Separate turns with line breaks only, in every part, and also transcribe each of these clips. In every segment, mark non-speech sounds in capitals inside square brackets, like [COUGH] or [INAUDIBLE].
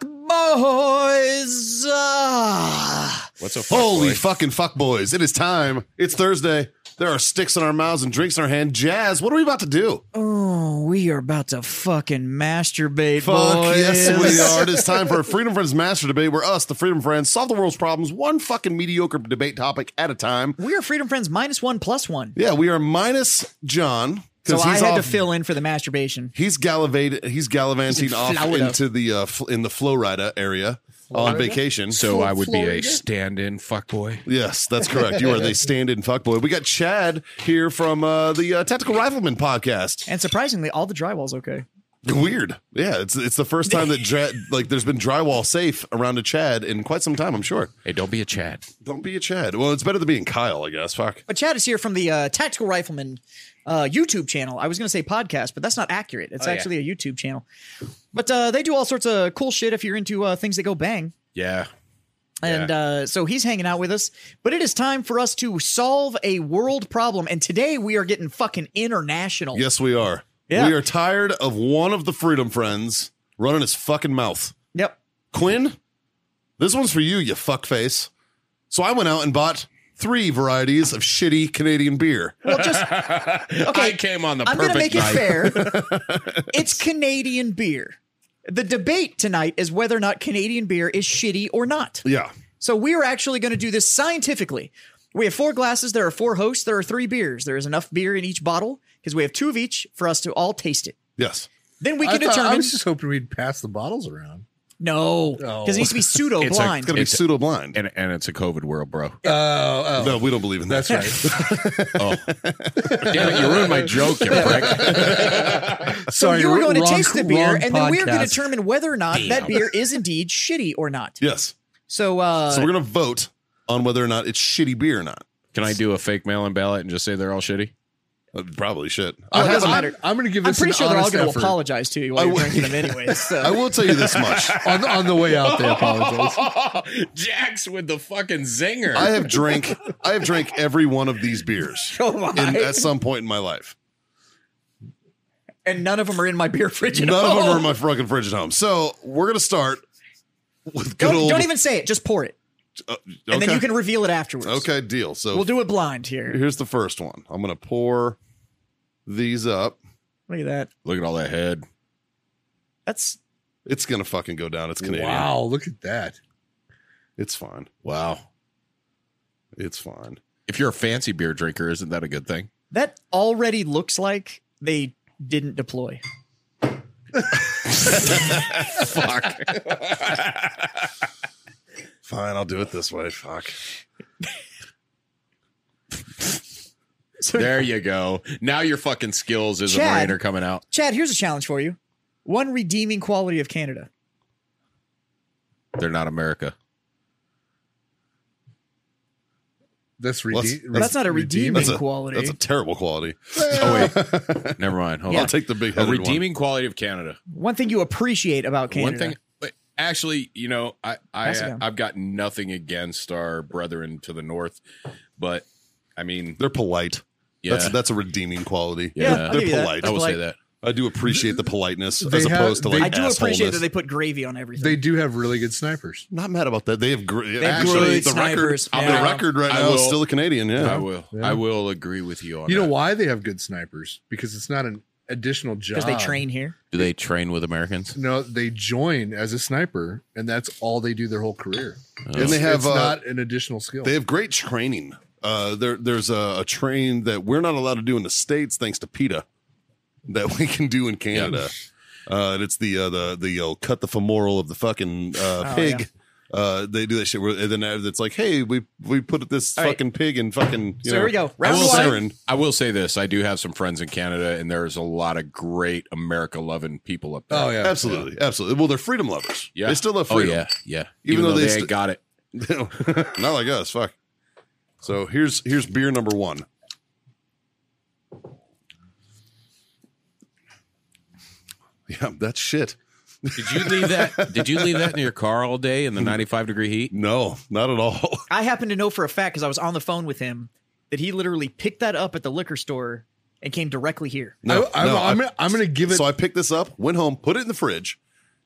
boys. Ah.
What's a fuck
Holy
boy?
fucking fuck, boys. It is time. It's Thursday. There are sticks in our mouths and drinks in our hand. Jazz, what are we about to do?
Oh, we are about to fucking masturbate,
Fuck,
boys.
yes, we are. It is time for a Freedom Friends Master Debate where us, the Freedom Friends, solve the world's problems one fucking mediocre debate topic at a time.
We are Freedom Friends minus one plus one.
Yeah, we are minus John.
So
'cause
I
he's
had to
off-
fill in for the masturbation.
He's gallivated. He's gallivanting
He's in
off
Florida.
into the uh, fl- in the Florida area on vacation.
So I would be a stand-in fuckboy.
yes, that's correct. You are
[LAUGHS]
the stand-in fuckboy. We got Chad here from uh, the uh, Tactical Rifleman podcast.
And surprisingly, all the drywall's okay.
Weird, yeah. It's it's the first time
[LAUGHS]
that dra- like there's been drywall safe around a Chad in quite some time. I'm sure.
Hey, don't be a Chad.
Don't be a Chad. Well, it's better than being Kyle, I guess. Fuck.
But Chad is here from the uh, Tactical Rifleman uh, YouTube channel. I was going to say podcast, but that's not accurate. It's
Oh, yeah.
actually a YouTube channel. But uh, they do all sorts of cool shit if you're into uh, things that go bang.
Yeah.
And uh, so he's hanging out with us, but it is time for us to solve a world problem. And today we are getting fucking international.
Yes, we are.
Yeah.
We are tired of one of the Freedom Friends running his fucking mouth.
Yep.
Quinn, this one's for you, you fuckface. So I went out and bought three varieties of shitty Canadian beer.
Well, just
I came on the
I'm going to make
perfect
it
night.
fair. it's Canadian beer. The debate tonight is whether or not Canadian beer is shitty or not.
Yeah.
So we are actually going to do this scientifically. We have four glasses. There are four hosts. There are three beers. There is enough beer in each bottle because we have two of each for us to all taste it.
Yes.
Then we can
I, thought-
determine.
I was just hoping we'd pass the bottles around.
no,
No.
because it needs to be pseudo
It's a-
blind.
It's going to be
It's-
pseudo blind.
And, and it's a COVID world, bro.
Oh, oh,
No, we don't believe in that.
that's right.
Oh. [LAUGHS] Damn it, you ruined my joke, you prick.
So
Sorry,
you were
wrong-
going to taste the beer,
wrong
and then we're going to
podcast.
determine whether or not that beer is indeed shitty or not.
[LAUGHS] Yes.
So, uh,
So we're going to vote on whether or not it's shitty beer or not.
[LAUGHS] Can I do a fake mail-in ballot and just say they're all [LAUGHS] shitty?
Uh, Probably shit.
Oh,
I,
it
have
doesn't
an-
matter.
I'm going to give
I'm
this.
pretty
an
sure they're all
honest
going to
effort.
apologize to you while
I
you're
will- [LAUGHS]
drinking them anyway. So
I will tell you this
[LAUGHS]
much.
on, on the way out. They apologize.
[LAUGHS] Jax with the fucking zinger.
I have drank I have drank every one of these beers
[LAUGHS] Oh my.
in, at some point in my life.
and none of them are in my beer fridge. at
None of them
all.
are in my fucking fridge at home. So we're going to start with good
Don't,
old.
don't even say it. Just pour it,
okay.
and then you can reveal it afterwards.
Okay, deal. So
We'll do it blind here.
Here's the first one. I'm gonna pour these up.
Look at that.
Look at all that head.
That's
It's gonna fucking go down. It's Canadian.
Wow, look at that.
It's fine.
Wow.
It's fine.
If you're a fancy beer drinker, isn't that a good thing?
that already looks like they didn't deploy.
Fuck.
Fine. I'll do it this way. Fuck.
So
[LAUGHS] there you go. Now your fucking skills as
Chad.
a marine are coming out.
Chad, here's a challenge for you. One redeeming quality of Canada.
They're not America.
That's rede-
Let's-
re-
That's not a redeeming
That's a
quality.
That's a terrible quality.
Oh wait, [LAUGHS] never mind. Hold
Yeah.
on.
I'll take the big
a
headed
redeeming quality of Canada.
One thing you appreciate about Canada.
One thing, but actually, you know, I,
Pass it
I
down.
I've got nothing against our brethren to the north, but I mean,
One. They're polite.
yeah,
That's that's a redeeming quality.
Yeah.
I'll
They're
give you that.
polite.
I will
Like-
say that.
I do appreciate the politeness
They
as
have-
opposed to like
I do appreciate that
assholeness.
they put gravy on everything.
They do have really good snipers.
Not mad about that. They have gr-
have
actually
good
the record.
snipers.
The
Yeah.
record right
I
now is
will-
still a Canadian.
I
Yeah.
will.
Yeah.
I will agree with you on.
You know
that.
why they have good snipers? Because it's not an additional job.
because they train here.
Do they train with Americans?
No, they join as a sniper, and that's all they do their whole career.
Oh.
And they have
it's
uh,
not an additional skill.
They have great training. Uh, there, there's a, a train that we're not allowed to do in the states, thanks to PETA, that we can do in Canada. Uh, and it's the uh, the the uh, cut the femoral of the fucking uh,
Oh,
pig. Uh, they do that shit, where, and then it's like, hey, we we put this
All right.
fucking pig in fucking. You
So
know,
here we go.
I
Round
will
one.
say- and
I will say this: I do have some friends in Canada, and there's a lot of great America-loving people up there.
oh yeah,
Absolutely, absolutely. Well, they're freedom lovers.
yeah.
they still love
Oh
freedom.
yeah, yeah.
Even
Even,
though
though,
they
they,
st-
ain't got it,
[LAUGHS] Not like us. Fuck. So here's here's beer number one. Yeah, that's shit.
Did you leave that? Did you leave that in your car all day in the 95 degree heat?
No, not at
[LAUGHS]
all.
I happen to know for a fact because I was on the phone with him that he literally picked that up at the liquor store and came directly here.
No,
I, am
no, I-
gonna, I'm gonna give it.
So I picked this up, went home, put it in the fridge,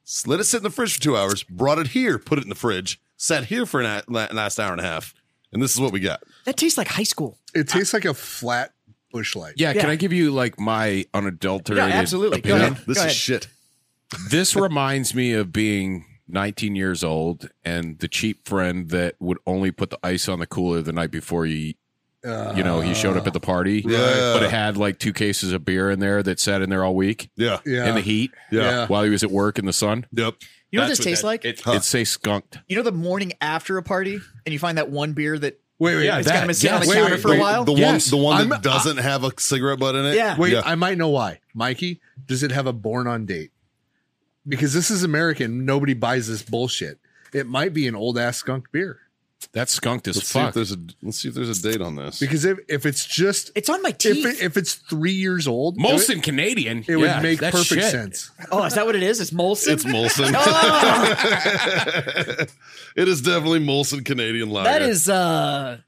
s- let it sit in the fridge for two hours, brought it here, put it in the fridge, sat here for an la- last hour and a half, and this is what we got.
That tastes like high school.
it tastes like a flat bushlight.
Yeah, Can
Yeah.
I give you like my unadulterated?
Yeah, absolutely. Go
opinion?
ahead.
This is
ahead.
shit.
This reminds me of being 19 years old and the cheap friend that would only put the ice on the cooler the night before you.
Uh,
You know, he showed up at the party,
Yeah.
but it had like two cases of beer in there that sat in there all week
Yeah.
Yeah.
in the heat
Yeah.
while he was at work in the sun.
Yep.
You know what
That's
this tastes
that-
like?
It,
Huh.
it say skunked.
you know the morning after a party and you find that one beer that
Wait, wait,
Yeah,
it's
that-
kind of been sitting on
yes.
the
Wait,
counter
wait,
for a
the,
while? uh,
The
Yes.
one, the one
I'm-
that doesn't have a cigarette butt in it.
Yeah.
wait.
Yeah.
I might know why, Mikey. Does it have a born on date? Because this is American. Nobody buys this bullshit. It might be an old ass skunk beer.
That's skunked as
Let's see if
fuck.
there's a let's see if there's a date on this.
Because if, if it's just
it's on my teeth.
if it, if it's three years old,
Molson Canadian.
it, would- it would
Yeah,
make
that's
perfect
shit.
sense.
oh, is that what it is? It's
[LAUGHS]
Molson.
it's Molson. [LAUGHS] it is definitely Molson Canadian lager.
that is uh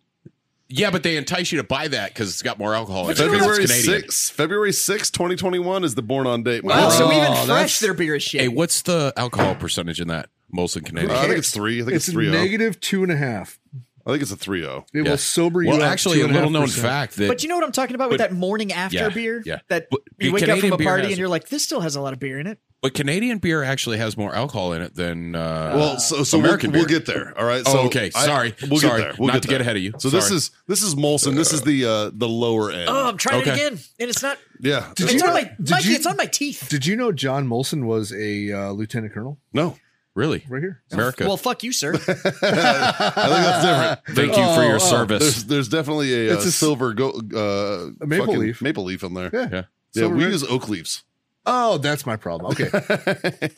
Yeah, but they entice you to buy that because it's got more alcohol. in it.
February
It's Canadian.
6th, February 6th, 2021 is the born on date.
wow, so
Uh,
even
that's-
fresh their beer is shit.
Hey, what's the alcohol percentage in that Molson Canadian?
I think it's three. I think it's,
It's
three zero.
negative two and a half.
I think it's a three oh. zero.
It
Yeah.
will sober you.
well,
up
actually, a
2.5%.
little known fact that
but you know what I'm talking about with
but-
that morning after
yeah,
beer?
yeah.
That
But-
you wake
Canadian
up from a
beer
party
has-
and you're like, this still has a lot of beer in it.
but Canadian beer actually has more alcohol in it than uh,
well, so so we'll,
American
we'll
beer.
get there. All right.
Oh,
So
okay. Sorry.
we'll
Sorry.
get there. We'll
Not to
there.
get ahead of you.
So this
Sorry.
is this is Molson. This is the uh the lower end.
Oh, I'm trying
Okay.
it again, and it's not.
yeah.
Did
it's
you
on
know-
my
did
Mikey,
you-
it's on my teeth.
Did you know John Molson was a uh, lieutenant colonel
no.
really
right here?
America.
Well, fuck you, sir.
I think that's different.
Thank
oh,
you for your
[LAUGHS]
service.
There's there's definitely a, uh
It's a s-
silver go uh
A maple
fucking
leaf.
maple leaf in there.
Yeah.
yeah.
Yeah,
Silver
we
red-
use oak leaves.
Oh, that's my problem.
[LAUGHS]
Okay.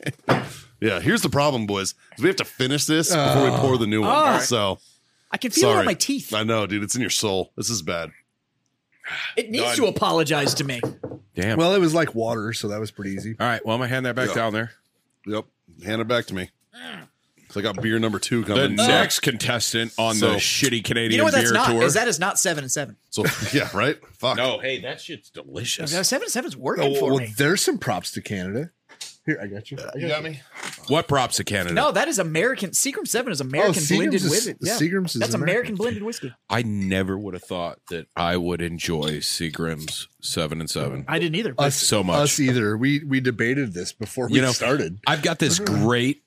Yeah, here's the problem, boys. is We have to finish this before we pour the new one.
Ah.
so
I can feel it
sorry,
on my teeth.
I know, dude. It's in your soul. This is bad.
It needs to apologize to me.
Damn.
well, it was like water, so that was pretty easy.
all right. Well, I'm gonna hand that back
Yeah.
down there.
Yep. Hand it back to me. So I got beer number two
The
coming.
next contestant on the
So-
shitty Canadian
You know what?
beer
That's not.
tour.
Is that is not seven and seven.
So, so- [LAUGHS] yeah, right. Fuck.
no, hey, that shit's delicious.
No, seven and seven's working
Oh,
for
well,
me.
there's some props to Canada. Here, I got you. I
You got me.
What props to Canada?
No, that is American. Seagram Seven is American
Seagram's
blended
is-
with it. Yeah.
Seagram's is
That's American.
American.
blended whiskey.
I never would have thought that I would enjoy Seagram's seven and seven.
I didn't either. but-
Us,
So much.
Us either. We we debated this before we
You know,
started.
I've got this great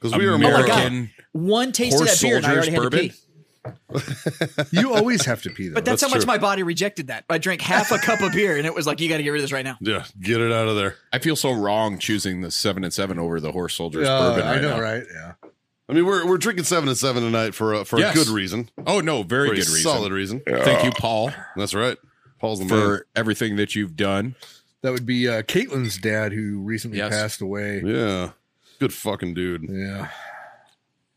Because we are American.
Oh
American.
One taste of
Poor
that beer, and I already
soldiers
had to
bourbon?
pee.
You always have to pee
[LAUGHS]
though.
But that's,
That's
how much
true.
my body rejected that. I drank half a cup of beer, and it was like, you got to get rid of this right now.
Yeah, get it out of there.
I feel so wrong choosing the seven and seven over the horse soldiers
Uh,
bourbon.
I
right
know,
now.
right? Yeah.
I mean, we're we're drinking seven and seven tonight for uh, for
Yes.
a good reason,
Oh no, very
for
good
a
reason.
solid Mm-hmm. reason.
Thank you, Paul,
That's right. Paul's the
for everything that you've done.
That would be uh, Caitlin's dad, who recently
Yes.
passed away.
man. Yeah, good fucking dude.
Yeah.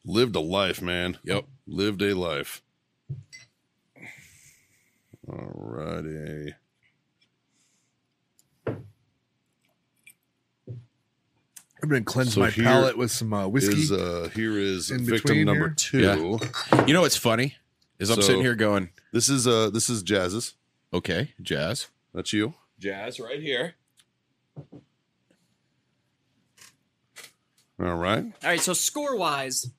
Lived a life, man.
Yep.
Lived a life. Alrighty.
I've been cleansing
So
my
here
palate with some uh, whiskey.
Is uh here is
In
victim
between
number
here?
two.
You know what's funny is I'm
So-
sitting here going,
This is uh this is Jazz's.
okay, jazz,
That's you.
jazz, right here.
All right.
All right, so score wise,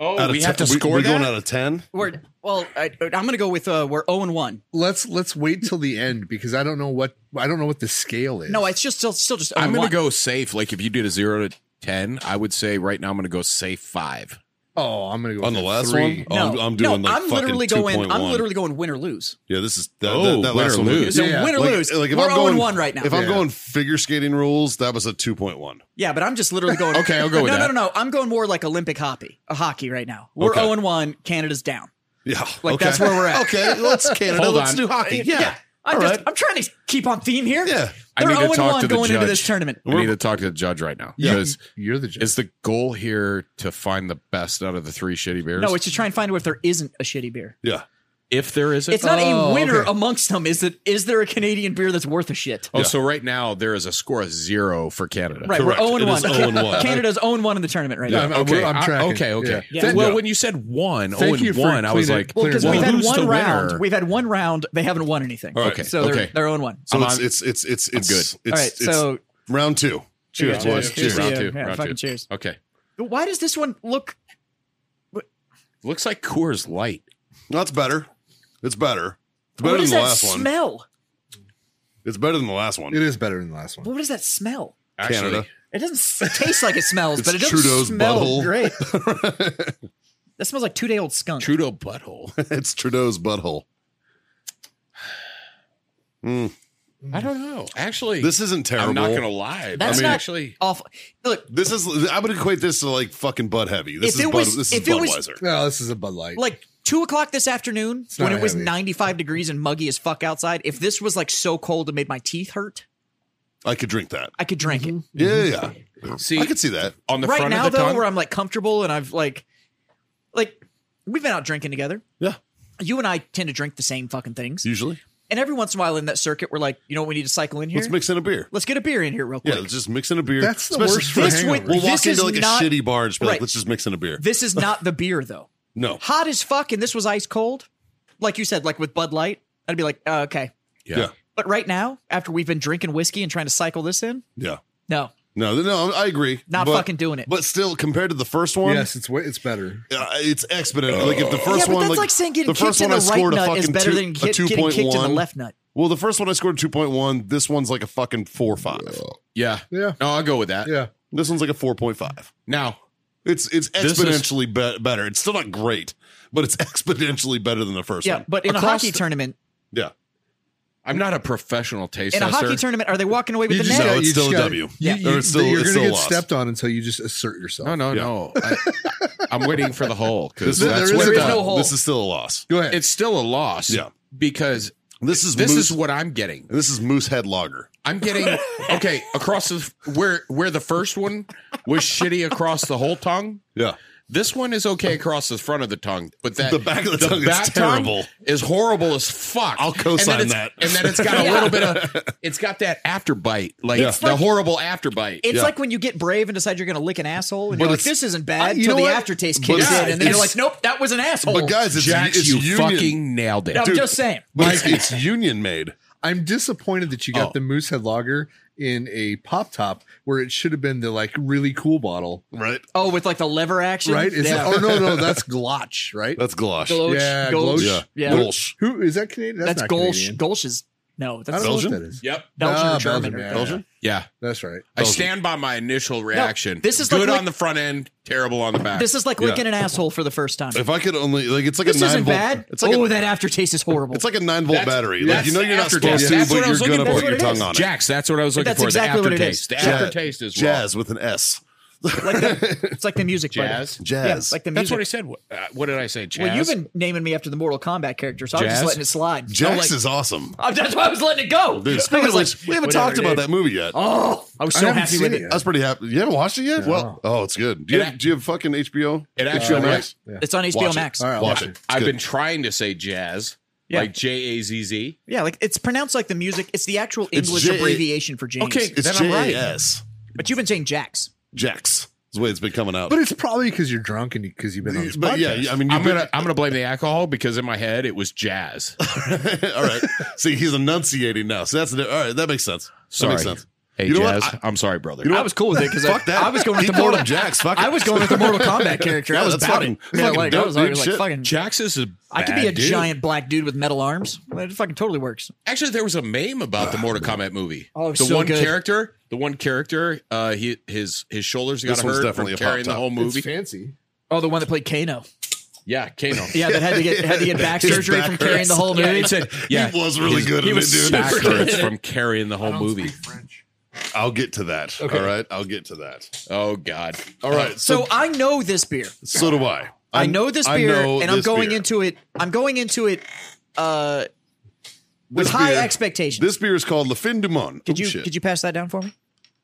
Oh,
Out of
we have
ten-
to score
we're
that.
going out of ten.
we're well. I, I'm going to go with uh, we're zero and one.
let's let's wait till the end because I don't know what I don't know what the scale is.
No, it's just still still just. 0
I'm
and
going to
one.
go safe. Like if you did a zero to ten, I would say right now I'm going to go safe five.
oh, I'm gonna go
On
with
the
a
last
three.
one? Oh, I'm- I'm doing, like,
I'm literally
fucking
going.
2.1.
I'm literally going win or lose.
Yeah, this is that,
Oh,
that, that
win
last
or
one. was
lose.
good.
So
Yeah,
win or
Like-
lose.
like, if
we're
I'm
0
going
and one right now.
If I'm
Yeah.
going figure skating rules, that was a two point one.
yeah, but I'm just literally going.
Okay, I'll go with
no,
that.
No, no, no. I'm going more like Olympic hockey, uh, hockey right now. We're
Okay.
zero and one. Canada's down.
Yeah.
Like that's where we're at.
Okay, let's Canada.
Hold
let's
on.
do hockey. Yeah.
I'm
All
just.
right.
I'm trying to keep on theme here.
Yeah.
I
They're
need to
0
talk
1
to the
going
judge.
into this tournament.
I need to talk to the judge right now.
Yeah.
Because
You're the judge.
is the goal here to find the best out of the three shitty beers?
No, it's to try and find out if there isn't a shitty beer.
Yeah.
if there isn't.
It's not
Oh,
a winner
okay.
amongst them. Is it? Is there a Canadian beer that's worth a shit?
oh, so right now there is a score of zero for Canada.
Right,
Correct.
we're 0
It is
1.
0-1.
[LAUGHS] Canada's 0 1 in the tournament right
Yeah.
now.
I'm-
Okay,
I'm
I-
tracking.
okay, okay.
Yeah. Yeah.
Well,
Yeah.
when you said one, oh
Thank
and
you for
one, I was
cleaning-
like,
Well,
Because
Well,
we've had
who's
one
the
round.
winner?
We've had one round. They haven't won anything.
All right.
So they're,
Okay.
they're 0 1.
So
I'm
it's,
on-
it's it's it's it's
good.
It's,
All right.
it's
so
round two. Cheers,
Yeah,
boys.
cheers.
Cheers.
to
round
you.
two,
Yeah,
round
fucking
two.
cheers.
Okay,
why does this one look.
looks like Coors Light.
That's better. It's better. It's better
What
than
is
the
that
last one.
smell?
It's better than the last one.
it is better than the last one.
What does that smell?
Canada.
Actually,
It doesn't s- taste like it smells,
It's
but it doesn't
Trudeau's
smell
butthole. [LAUGHS]
great. that smells like two day old skunk.
Trudeau butthole.
[LAUGHS] it's Trudeau's butthole. Mm,
I don't know. Actually,
this isn't terrible.
I'm not gonna lie.
That's
I mean,
not
actually.
Awful. Look,
This is. I would equate this to like fucking Bud Heavy. This
If
is
it
Bud,
was-
this is
if it was-
Budweiser.
No, this is a Bud Light.
like two o'clock this afternoon
not
when it was
heavy.
95 degrees and muggy as fuck outside, if this was like so cold it made my teeth hurt,
I could drink that.
I could drink it.
Yeah,
[LAUGHS]
yeah.
See,
I could see that.
on the
right
front
now
of the
though
tongue,
where i'm like comfortable and i've like like we've been out drinking together
Yeah.
you and i tend to drink the same fucking things
Usually,
and every once in a while in that circuit we're like you know what we need to cycle in here
let's
let's,
mix in a beer.
get a beer in here real quick
Yeah, let's just mix in a beer.
That's the
Especially-
worst for
this would-
[LAUGHS]
hangovers.
We'll walk
This is
into like a
not-
shitty bar and just be like,
Right.
let's just mix in a beer.
this is not the beer though
No.
hot as fuck and this was ice cold like you said like with bud light i'd be like uh, okay
yeah.
Yeah.
but right now after we've been drinking whiskey and trying to cycle this in
Yeah.
no
No, no, I agree.
Not
But-
fucking doing it.
But still, compared to the first one,
yes, it's way, it's better.
uh, it's exponent. Like if the first
yeah but
one,
that's like,
like,
saying getting
the first
kicked in
one,
the
I
right
scored a
nut is
fucking
better
two,
than
a
get,
two
getting
point
kicked in the
one.
left nut
Well, the first one I scored two point one. This one's like a fucking four five.
Yeah.
Yeah.
No, I'll go with that.
Yeah.
This one's like a four point five.
Now,
It's it's
This is-
exponentially be- better. It's still not great, but it's [LAUGHS] exponentially better than the first
yeah
one.
but in a
Across
hockey
the-
tournament
Yeah,
I'm not a professional taste
in a
tester.
hockey tournament, are they walking away with
You
the
just
net?
No,
gotta-
it's
you
still
just
a
gotta-
W.
You,
Yeah.
you,
Or it's still- it's
you're gonna
still
get
lost.
stepped on until you just assert yourself.
No, no,
Yeah.
no. I, I'm waiting for the hole because
There-
that's
there
what
is
it
no
does.
hole. Whole.
this is still a loss.
Go ahead.
It's still a loss.
Yeah.
Because
This is
this
moose,
is what I'm getting.
this is Moosehead Lager.
I'm getting okay across the where where the first one was shitty across the whole tongue.
Yeah,
This one is okay across the front of the tongue, but that
The back of the tongue is terrible.
is horrible as fuck.
I'll co-sign
and then
that.
it's- And then it's got a little bit of it's got that afterbite, like
It's
the
like-
horrible afterbite.
It's
Yeah.
like when you get brave and decide you're going to lick an asshole, and
But
you're like,
it's-
"This isn't
I-
bad."
you
Until
know
the
what?
aftertaste
But
kicks
it's-
in, and then you're
it's-
like, "Nope, that was an asshole."
but guys, it's,
Jax,
it's
you
union.
fucking nailed it.
I'm
dude.
just saying.
but it's, it's union made.
I'm disappointed that you
Oh.
got the Moosehead Lager in a pop top where it should have been the like really cool bottle,
Right,
Oh, with like the lever action,
right? Is
yeah. [LAUGHS]
that, oh no, no, that's Glotch, right?
that's glosh.
Golosh,
yeah,
Golosh,
Golosh.
yeah,
yeah.
Golsh.
Who is that? Canadian?
That's,
not
Golsh.
Canadian.
Golsh is no,
I
that's
don't know
Belgium?
what that is.
Yep.
Belgian
Ah,
or German.
Belgium,
or-
yeah.
Belgian?
Yeah.
That's right.
I
Belgium.
stand by my initial reaction.
this is like
good
lick-
on the front end, terrible on the back.
This is like
Yeah.
licking an asshole for the first time.
If I could only like, it's like
this
a nine
isn't
volt.
bad.
It's like
oh,
a,
that aftertaste is horrible.
It's like a nine volt
That's-
battery.
that's
Like you know
the
you're not supposed
aftertaste.
to,
That's what
but
I was
you're
looking
gonna
for.
put your
That's what it
tongue on it.
Jax, that's what I was looking
that's
for.
exactly
the
what it
aftertaste.
is.
The
Jazz-
aftertaste is
jazz with an S.
like the, it's like the music, buddy.
Jazz?
Jazz.
yeah, like the
That's
music.
what I said. What, uh, what did I say? Jazz?
well, you've been naming me after the Mortal Kombat character, so I'm just
Jazz?
letting it slide. I'm
Jax
like-
is awesome.
I'm- that's why I was letting it go.
Dude,
[LAUGHS] I
speaking
was
of
like,
which, we haven't
whatever,
talked about
dude.
that movie yet.
Oh, I was
I
so
haven't
happy
seen
with
it
it.
yet.
I was pretty happy. You haven't watched it yet?
No.
Well, oh, it's good. Do you,
It
have,
act-
do you have fucking HBO?
It actually
Max?
It's on HBO
Watch it.
Max.
All right,
Watch
I'll
it. It's
I've
good.
been trying to say jazz,
Yeah.
like J A Z Z.
Yeah, like it's pronounced like the music. It's the actual
It's
English
J-
abbreviation for James.
Okay.
It's
Then I'm right.
J-A-S.
but you've been saying Jax.
Jax. Is the way it's been coming out.
But it's probably because you're drunk and because you've been on this
But
podcast.
yeah, I mean, you've
I'm
been,
gonna I'm gonna blame the alcohol because in my head it
[LAUGHS]
was jazz.
all right. See, he's enunciating now, so that's all right. That makes sense.
Sorry.
That makes sense.
Hey
You know what?
jazz, I, am sorry, brother.
You know
I was cool with it because I,
Fuck that.
I was going
he
with the
called
Mortal
him Jax. Fuck it.
I was going with the Mortal Kombat character.
Yeah,
I was
that's
about
fucking-
it. Yeah,
fucking
like
dope,
I was, I
dude.
was
Shit.
like fucking.
Jax is a
I could be a
bad dude.
giant black dude with metal arms. It fucking totally works.
Actually, there was a meme about
Ah,
the Mortal Kombat movie.
Oh, it's
the
so
one
good.
character, the one character, uh, he his his shoulders got
This one's
hurt
definitely
definitely
a
from carrying
pop
the
top.
whole movie.
It's fancy.
Oh, the one that played Kano.
yeah, Kano.
Yeah, that had to get had to get
[LAUGHS]
back
His
surgery
back
from carrying the whole
Yeah,
movie.
it said yeah.
[LAUGHS] [LAUGHS] He was really
his-
good
He
at
was
it, dude.
back hurts from carrying the whole movie.
I'll get to that. All right, I'll get to that.
Oh God.
All right. So
so I know this beer.
so do I.
I know this
I
beer,
know
and I'm
this
going
beer.
into it. I'm going into it. Uh, with
This
high
beer-
expectations.
This beer is called Le Fin du Monde.
could
Oh,
you
shit.
could you pass that down for me?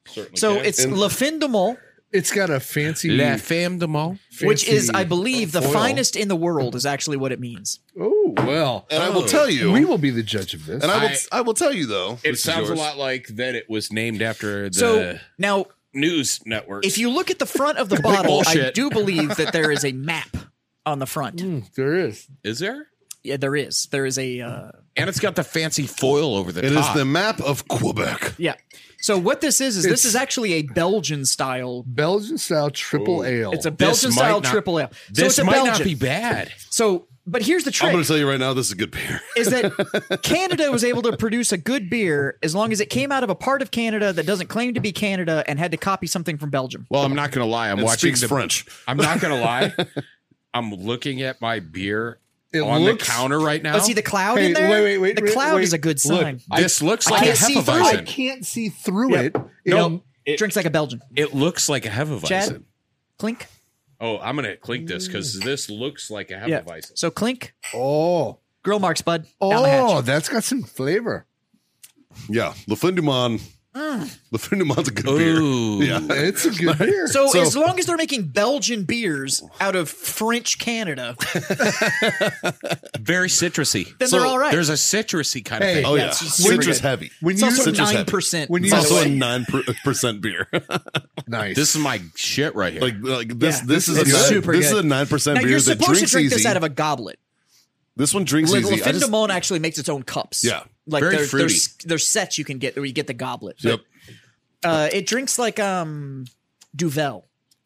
Certainly
So
can.
it's
And-
Le Fin de Mont,
It's got a fancy.
Mm. La Femme de Mont.
which
fancy
is, I believe, the
foil.
finest in the world is actually what it means.
Oh well,
and I will tell you.
Oh.
we will be the judge of this.
and I will.
I-
I, will tell you though.
It
this is
sounds a
yours.
lot like that it was named after the
So now,
news network.
if you look at the front of the bottle, I
bullshit. Hmm.
do believe that there is a map on the front.
there is.
is there?
Yeah, there is. There is a uh,
And it's got the fancy foil over the
It is
top.
the map of Quebec.
yeah. So what this is is this
It's-
is actually a Belgian style.
Belgian style triple ale.
It's a
This
Belgian style
might not-
triple ale. So
this
it's a
might
Belgian.
not be bad.
So, but here's the
I'm going
trick:
to tell you right now. This is a good beer.
is that Canada was able to produce a good beer as long as it came out of a part of Canada that doesn't claim to be Canada and had to copy something from Belgium.
Well, I'm not gonna lie. I'm
It
watching
speaks
the,
French.
I'm not gonna lie. [LAUGHS] I'm looking at my beer
It
on
looks-
the counter right now.
Oh, see the cloud
Hey,
in there.
wait, wait, wait,
the
wait,
cloud
wait.
is a good sign.
this looks
I
like a
can't see through
I
Bison.
hefeweizen.
can't see through
Yep.
it.
No, it,
Drinks like a Belgian.
it looks like a hefeweizen.
Chad, clink.
Oh, I'm gonna clink this because this looks like a
Yeah.
hefeweizen.
So clink.
Oh,
Grill marks, bud. Down the hatch.
oh, that's got some flavor.
Yeah, Le Fin du Monde.
Ah.
Le Fin du Monde's a good
Ooh.
beer. Yeah.
It's a good beer.
So,
So-
as long as they're making Belgian beers out of French Canada,
Very citrusy.
then
So
they're all right.
There's a citrusy kind
Hey.
of
Oh
thing.
yeah,
That's just super
citrus
good.
heavy.
when
it's
you
also
Citrus heavy.
nine percent.
When you-
It's also a
By the way-
nine per- percent beer. [LAUGHS]
nice,
This is my shit right here.
like like this
Yeah.
this is a
It's
nine,
super
this is
good.
a nine percent
now
beer
you're
that
supposed to
drinks
drink
easy.
this out of a goblet.
this one drinks
Like
easy. I
Lafin
just-
de Mon actually makes its own cups.
Yeah.
like
Very
there's
fruity.
there's there's sets you can get where you get the goblet.
yep.
Uh, it drinks like um Duvel.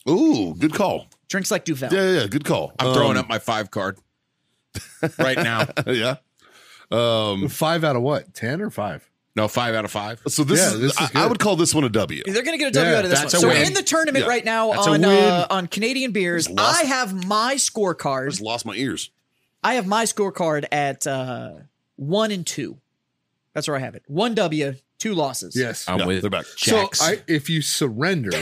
Ooh, good call.
Drinks like Duvel.
Yeah, yeah, yeah good call. Um,
I'm throwing up my five card right now.
[LAUGHS] yeah. Um.
five out of what? Ten or five?
No, five out of five.
So this,
Yeah,
is,
this is
I, I
good.
would call this one a W.
They're gonna get a W
Yeah,
out of this one.
that's a
So we're
win.
in the tournament
Yeah.
right now
That's a
on
win.
uh, on Canadian beers.
lost.
I have my scorecard.
Just lost my ears.
I have my scorecard at uh, one and two. That's where I have it. One W, two losses.
Yes.
I'm
Yeah,
with
they're back.
Oh, Jax.
So I, if you surrender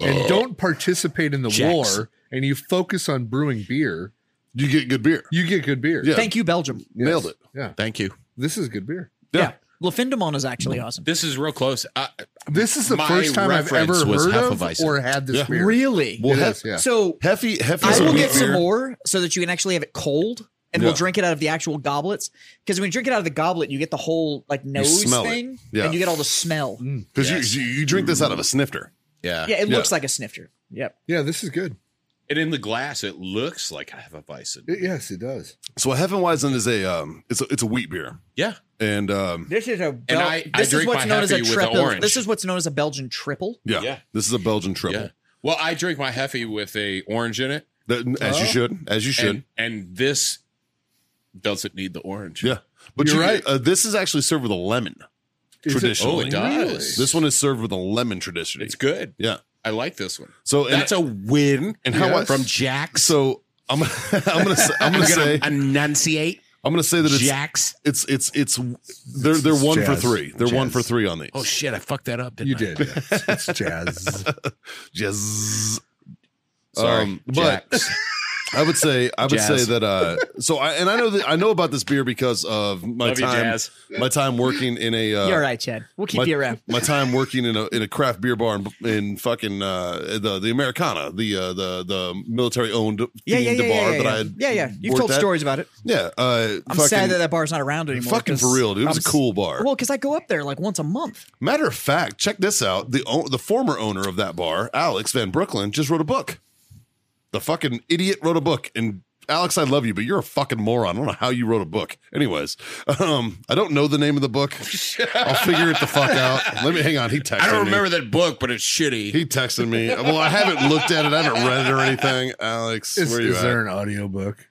and don't participate in the
Jax.
war and you focus on brewing beer,
You get good beer.
you get good beer.
Yeah.
Thank you, Belgium.
Nailed it.
Yeah.
Thank you.
This is good beer.
Yeah.
Lafindamon is actually awesome.
This is real close. I,
This is the
My
first time I've
reference
ever
was
heard of
Hefeweizen.
or had this
Yeah.
beer.
Really?
Well,
It
hef-
is, yeah.
So
Hefty, hefty. is
I
a
will
wheat
get some
beer.
more so that you can actually have it cold and we'll
Yeah.
drink it out of the actual goblets. Because when you drink it out of the goblet, you get the whole like nose
smell it.
thing
Yeah.
and you get all the smell.
because you, you you drink this out of a snifter.
yeah.
Yeah, it
Yeah.
looks like a snifter. Yep.
yeah, this is good.
And in the glass, it looks like I have a bison.
It- yes, it does.
So a Heffenweizen is a um, it's a, it's a wheat beer,
Yeah.
and um,
This is a
Bel- I- I
this is
drink
what's
my
known as a
Happy with the
triple.
orange.
This is what's known as a Belgian triple.
yeah,
Yeah.
this is a Belgian triple.
Yeah. Well, I drink my Heffy with a orange in it.
That- as you should, as you should.
And, and this doesn't need the orange.
yeah, but
You're
you-
right.
Uh, this is actually served with a lemon.
Is it-
Oh,
Traditionally,
it does.
this one is served with a lemon traditionally.
It's good.
Yeah.
I like this one.
So and,
That's a win.
and how I,
Yes.
from
From Jax.
so I'm [LAUGHS] I'm gonna say, I'm gonna say
enunciate
I'm gonna say that it's
Jax.
it's it's it's they're they're one for
Jazz.
three. They're one
Jazz.
for three on these.
Oh shit! I fucked that up. Didn't
You
I?
did. yeah. It's, it's jazz.
Jazz.
[LAUGHS] Sorry,
Um, but [LAUGHS]
Jax.
I would say I would say
Jazz.
that uh so I and I know that I know about this beer because of my
Love you,
time
Jazz.
my time working in a uh,
You're all right, Chad. We'll keep
my,
you around.
[LAUGHS] my time working in a in a craft beer bar in, in fucking uh the the Americana the uh, the the military owned
Yeah, yeah, yeah,
bar
yeah, yeah,
that
yeah.
I had
yeah, yeah. You've
worked
told
at.
stories about it.
yeah uh
I'm sad that that bar's not around anymore.
fucking
'cause
for real dude it was
I'm
a cool bar
Well, because I go up there like once a month.
Matter of fact, check this out. The o- the former owner of that bar, Alex Van Brooklyn, just wrote a book. The fucking idiot wrote a book. And Alex, I love you, but you're a fucking moron. I don't know how you wrote a book. Anyways, um, I don't know the name of the
[LAUGHS]
book. I'll figure it the fuck out. Let me hang on. He texted
I don't
me.
remember that book, but it's shitty.
He texted me. Well, I haven't looked at it. I haven't read it or anything. Alex,
is
where you
is
at?
there an audiobook?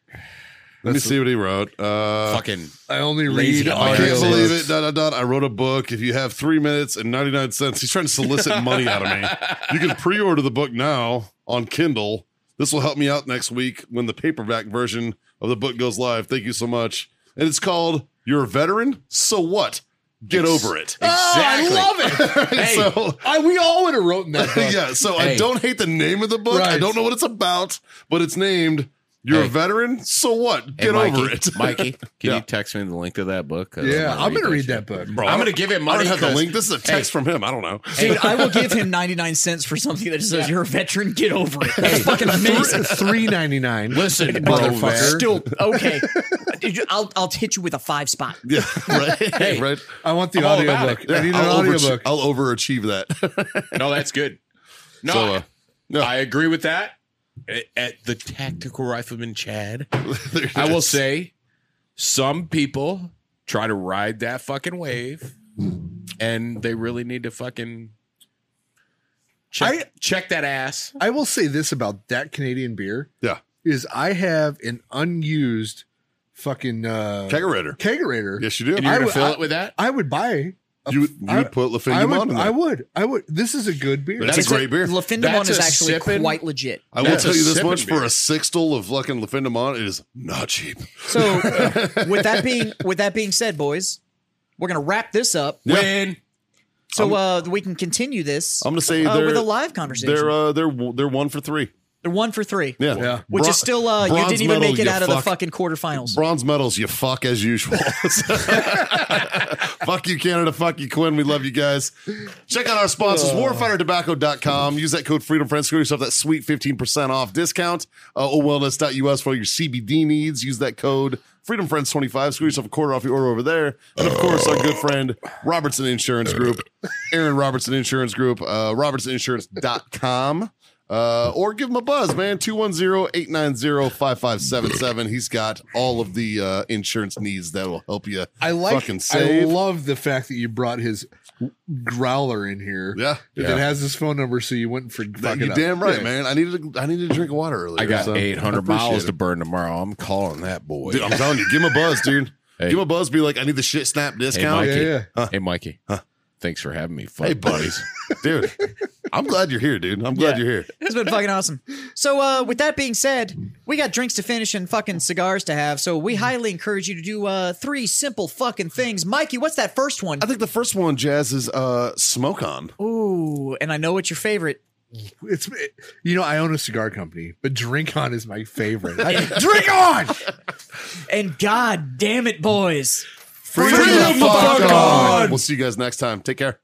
Let me see what he wrote. Uh,
Fucking
I only
Lazy
read
I
audio
can't
audiobooks.
believe it. Dot, dot, dot. I wrote a book. If you have three minutes and 99 cents, he's trying to solicit money out of me. You can pre order the book now on Kindle. This will help me out next week when the paperback version of the book goes live. Thank you so much. And it's called You're a Veteran? So What? Get Over Oh, It.
exactly.
love it.
[LAUGHS]
Hey,
So.
I, we all would have wrote in that book.
[LAUGHS] Yeah, so I
Hey.
don't hate the name of the book. I
Right.
don't know what it's about, but it's named You're a
Hey.
veteran, so what?
Hey,
Get
Mikey,
over
[LAUGHS]
it, [LAUGHS]
Mikey, can
Yeah.
you text me the link to that book? 'Cause
Yeah, I'm gonna read
shit.
that book.
Bro,
I'm
I
gonna
don't-
give him
I
money.
don't have the
'cause-
link. This is a text from him. I don't know.
Dude, I will give him 99 cents for something that just says you're a veteran, get over it. That's fucking amazing.
[LAUGHS] Three ninety
[LAUGHS]
nine.
Listen, bro,
motherfucker.
Still, okay. [LAUGHS] Did you- I'll, I'll hit you with a five spot.
[LAUGHS]
Yeah, right.
Hey.
right.
I want the
I'm all about
audiobook.
Yeah,
I need an
I'll, overachieve-
audiobook.
[LAUGHS] I'll overachieve that.
No, that's good. No,
So, uh, no.
I agree with that. At, at the tactical rifleman Chad,
uh, [LAUGHS] There it
I will
is.
say, some people try to ride that fucking wave, and they really need to fucking check, check that ass.
I will say this about that Canadian beer
Yeah,
is I have an unused fucking uh,
kegerator.
kegerator.
Yes, you do.
And you're
I
gonna
would-
fill
I-
it with that.
I would buy. a-
you would, you
I-
would put
I
Lafayette on
would.
in
I
that.
would. I would. This is a good beer.
That's a great beer.
Lafindamon
That's
is
a
actually
sippin'-
quite legit.
I will
That's
tell
a
you this
sipping
much for
beer.
a sixtel of fucking Lafindamon, it is not cheap.
So, with that
[LAUGHS]
being with that being said, boys, we're gonna wrap this up
Win.
so uh, we can continue this.
I'm gonna say
uh,
they're-
with a live conversation.
They're
They're,
uh, they're they're one for three.
one for three,
Yeah,
Yeah.
which
Bron-
is still uh, you
bronze
didn't even
medal,
make it
you
out of the
fuck.
fucking quarterfinals.
Bronze medals, you fuck as usual. [LAUGHS] fuck you, Canada. Fuck you, Quinn. We love you guys. Check out our sponsors, warfightertobacco.com. Use that code Freedom Friends. Screw yourself that sweet 15% off discount. Uh, owellness.us for all your CBD needs. Use that code Freedom Friends 25. Screw yourself a quarter off your order over there. And of course, our good friend Robertson Insurance Group, Aaron Robertson Insurance Group, uh, robertsoninsurance.com. Uh, or give him a buzz, man. 210-890-5577. He's got all of the uh, insurance needs that will help you
I like.
fucking
I
save.
love the fact that you brought his growler in here.
Yeah.
That
Yeah.
It has his phone number, so you wouldn't for
That-
fuck
you
it up.
damn right,
Yeah.
man. I needed I needed to drink water earlier.
I got
so
800
appreciate
miles
it.
to burn tomorrow. I'm calling that boy.
Dude, I'm telling you, give him a buzz, dude.
Hey.
Give him a buzz. Be like, I need the shit snap
hey,
discount,
Mikey.
Yeah, yeah.
Hey, Mikey. Thanks for having me. Fuck
Hey,
[LAUGHS]
buddies. dude. I'm glad you're here, dude. I'm glad
Yeah.
you're here.
It's been fucking awesome. So, uh, with that being said, we got drinks to finish and fucking cigars to have. So, we highly encourage you to do uh, three simple fucking things. Mikey, what's that first one?
I think the first one, Jazz, is uh, smoke on.
Ooh, and I know it's your favorite.
It's it- you know I own a cigar company, but Drink On is
[LAUGHS]
my favorite. I- drink On.
And god damn it, boys.
Freedom
the fuck
We'll see you guys next time. Take care.